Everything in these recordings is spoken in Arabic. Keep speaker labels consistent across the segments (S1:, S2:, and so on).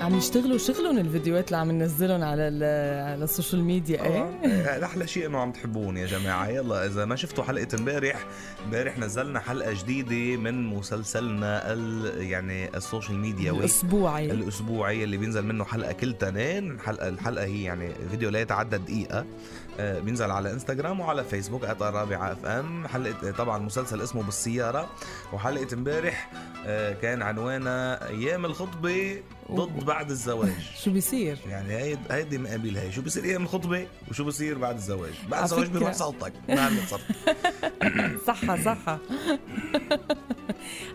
S1: عم يشتغلوا شغلهم الفيديوهات اللي عم ننزلهم على ال- على السوشيال ميديا ايه
S2: آه، احلى شيء انه عم تحبون يا جماعه يلا اذا ما شفتوا حلقه امبارح امبارح نزلنا حلقه جديده من مسلسلنا ال يعني السوشيال ميديا
S1: الاسبوعي
S2: الاسبوعي اللي بينزل منه حلقه كل تنين حلقه الحلقه هي يعني فيديو لا يتعدى دقيقه آه، بينزل على انستغرام وعلى فيسبوك الرابعه اف ام حلقه طبعا آه، مسلسل اسمه بالسياره وحلقه امبارح آه، كان عنوانها ايام الخطبه ضد بعد الزواج
S1: شو بيصير؟
S2: يعني هيدي هيدي مقابل هي شو بصير ايام الخطبه وشو بصير بعد الزواج بعد
S1: على
S2: الزواج
S1: فكرة.
S2: بيروح صوتك ما عندك صوت
S1: صحة صحة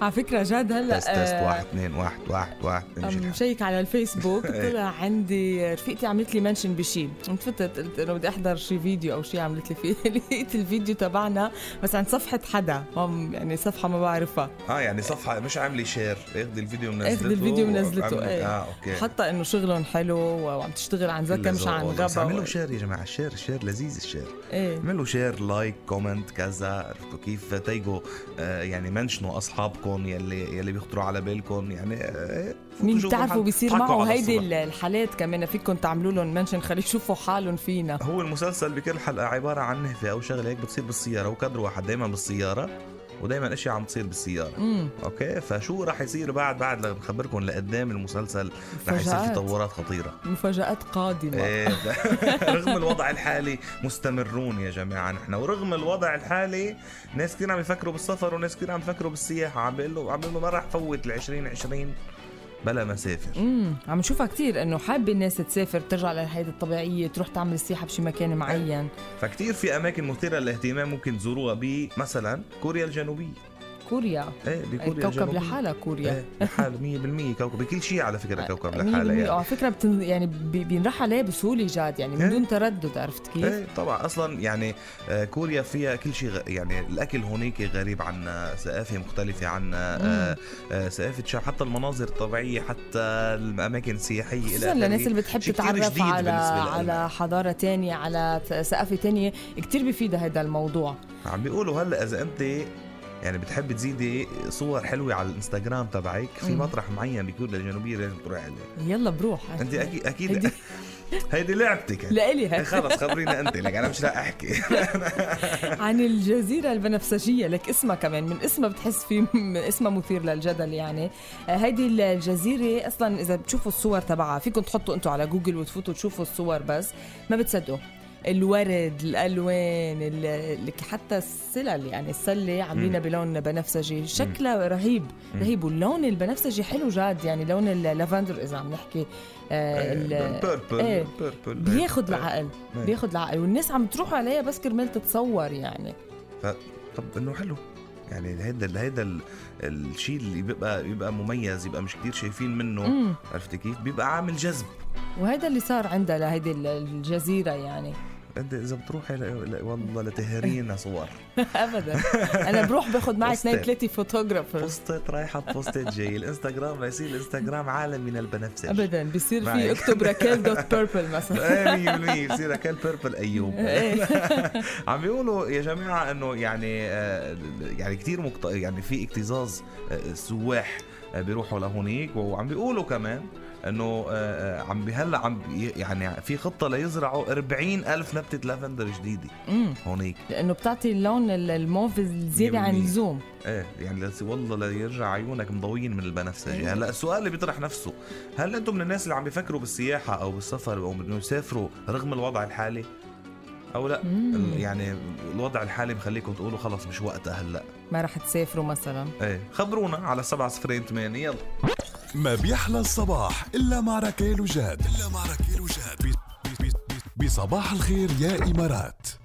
S1: على فكرة جاد هلا
S2: تست تست
S1: آه،
S2: واحد إيه. اثنين واحد واحد واحد امشي
S1: عم
S2: الحال
S1: شيك على الفيسبوك طلع عندي رفيقتي عملت لي منشن بشي قمت فتت قلت انه بدي احضر شي فيديو او شي عملت لي فيه لقيت الفيديو تبعنا بس عند صفحة حدا هم يعني صفحة ما بعرفها
S2: اه يعني صفحه مش عامله شير اخذ الفيديو منزلته
S1: اخذ الفيديو ونزلته
S2: وعامل-
S1: ايه
S2: اه اوكي
S1: حتى انه شغلهم حلو وعم تشتغل عن
S2: كلها
S1: ذكا مش
S2: ذوق
S1: عن
S2: والله. بس اعملوا
S1: غبا
S2: شير يا جماعه شير شير لذيذ الشير
S1: ايه
S2: اعملوا شير لايك كومنت كذا عرفتوا كيف تيجوا آه يعني منشنوا اصحابكم يلي يلي بيخطروا على بالكم يعني آه، فوتوا
S1: مين
S2: شوفوا
S1: بتعرفوا
S2: حد-
S1: بيصير
S2: ضحكوا
S1: معه
S2: على
S1: هيدي
S2: الصبح.
S1: ال- الحالات كمان فيكم تعملوا لهم منشن خليه يشوفوا حالهم فينا
S2: هو المسلسل بكل حلقه عباره عن نهفه او شغله هيك بتصير بالسياره وكدر واحد دائما بالسياره ودائما اشياء عم تصير بالسياره
S1: امم
S2: اوكي فشو راح يصير بعد بعد رح نخبركم لقدام المسلسل رح يصير في
S1: مفاجآت.
S2: تطورات خطيره
S1: مفاجآت قادمة
S2: إيه، رغم الوضع الحالي مستمرون يا جماعه نحن ورغم الوضع الحالي ناس كثير عم يفكروا بالسفر وناس كثير عم يفكروا بالسياحه عم بيقول له عم بيقول له ما راح فوت ال 2020 بلا ما سافر
S1: امم عم نشوفها كتير انه حابه الناس تسافر ترجع للحياه الطبيعيه تروح تعمل سياحه بشي
S2: إيه.
S1: مكان معين
S2: فكتير في اماكن مثيره للاهتمام ممكن تزوروها ب مثلا كوريا الجنوبيه
S1: كوريا
S2: ايه بكوريا
S1: كوكب
S2: الجنوبيه
S1: لحالها كوريا
S2: إيه، لحاله 100% كوكب بكل شيء على
S1: آه،
S2: فكره كوكب
S1: 100%
S2: لحاله يعني
S1: وعلى فكره بتن... يعني بي- بينرح عليه بسهوله جاد يعني من
S2: إيه.
S1: دون تردد عرفت كيف؟
S2: ايه طبعا اصلا يعني آه، كوريا فيها كل شيء غ- يعني الاكل هونيك غريب آه، عنا ثقافه مختلفه عنا آه، آه، ثقافه شعب حتى المناظر الطبيعيه حتى الاماكن السياحيه إلى
S1: خصوصا
S2: آخره.
S1: للناس اللي بتحب
S2: شيء كتير
S1: تتعرف
S2: جديد
S1: على
S2: بالنسبة لإلنا.
S1: على حضاره تانية على ثقافه تانية كتير بفيدها هذا الموضوع
S2: عم بيقولوا هلا اذا انت يعني بتحب تزيدي صور حلوه على الانستغرام تبعك في
S1: مم.
S2: مطرح معين بكوريا الجنوبيه لازم تروحي عليه
S1: يلا بروح
S2: انت اكيد اكيد
S1: هيدي-
S2: هيدي لعبتك يعني.
S1: لإلي هاي.
S2: إيه خلص خبرينا انت لك انا مش رح احكي
S1: عن الجزيرة البنفسجية لك اسمها كمان من اسمها بتحس في من اسمها مثير للجدل يعني آه، هيدي الجزيرة أصلا إذا بتشوفوا الصور تبعها فيكم تحطوا أنتوا على جوجل وتفوتوا تشوفوا الصور بس ما بتصدقوا الورد الالوان ال- ال- حتى السلل يعني السله عاملينها بلون بنفسجي شكلها رهيب رهيب واللون البنفسجي حلو جاد يعني لون اللافندر اذا عم نحكي آه، ال- إيه.
S2: بيربل بيربل
S1: بياخد
S2: إيه،
S1: العقل
S2: أيوة.
S1: بياخد العقل والناس عم تروح عليها بس كرمال تتصور يعني
S2: طب انه حلو يعني هيدا هيدا ال- الشيء اللي بيبقى بيبقى مميز يبقى مش كتير شايفين منه
S1: امم
S2: عرفت كيف بيبقى عامل جذب
S1: وهذا اللي صار عندها لهيدي ال- الجزيره يعني
S2: انت اذا بتروحي ل- ل- والله لتهرينا صور
S1: ابدا انا بروح باخذ معي
S2: بوستر.
S1: اثنين ثلاثه فوتوغرافرز
S2: بوستات رايحه بوستات جاي الانستغرام ليصير الانستغرام عالم من البنفسجي
S1: ابدا بصير في
S2: معي.
S1: اكتب راكيل دوت بيربل مثلا
S2: ايه 100% بصير اكل بيربل ايوب
S1: إيه.
S2: عم بيقولوا يا جماعه انه يعني آه، يعني كثير مكت... يعني في اكتظاظ آه، سواح آه، بيروحوا لهونيك وعم بيقولوا كمان انه آه، آه، عم بهلا عم بي- يعني في خطه ليزرعوا 40 الف نبته لافندر جديده
S1: امم
S2: هونيك
S1: لانه بتعطي اللون ال- الموف الزياده عن
S2: 100%.
S1: اللزوم
S2: ايه يعني لس- والله ليرجع عيونك مضويين من البنفسجي
S1: إيه.
S2: هلا السؤال اللي بيطرح نفسه هل انتم من الناس اللي عم بيفكروا بالسياحه او بالسفر او انه يسافروا رغم الوضع الحالي او لا
S1: مم.
S2: ال- يعني الوضع الحالي بخليكم تقولوا خلص مش وقتها هلا
S1: ما رح تسافروا مثلا
S2: ايه خبرونا على 708 يلا
S3: ما بيحلى الصباح إلا مع ركيل وجاد إلا مع ركيل وجاد بي- بي- بي- بصباح الخير يا إمارات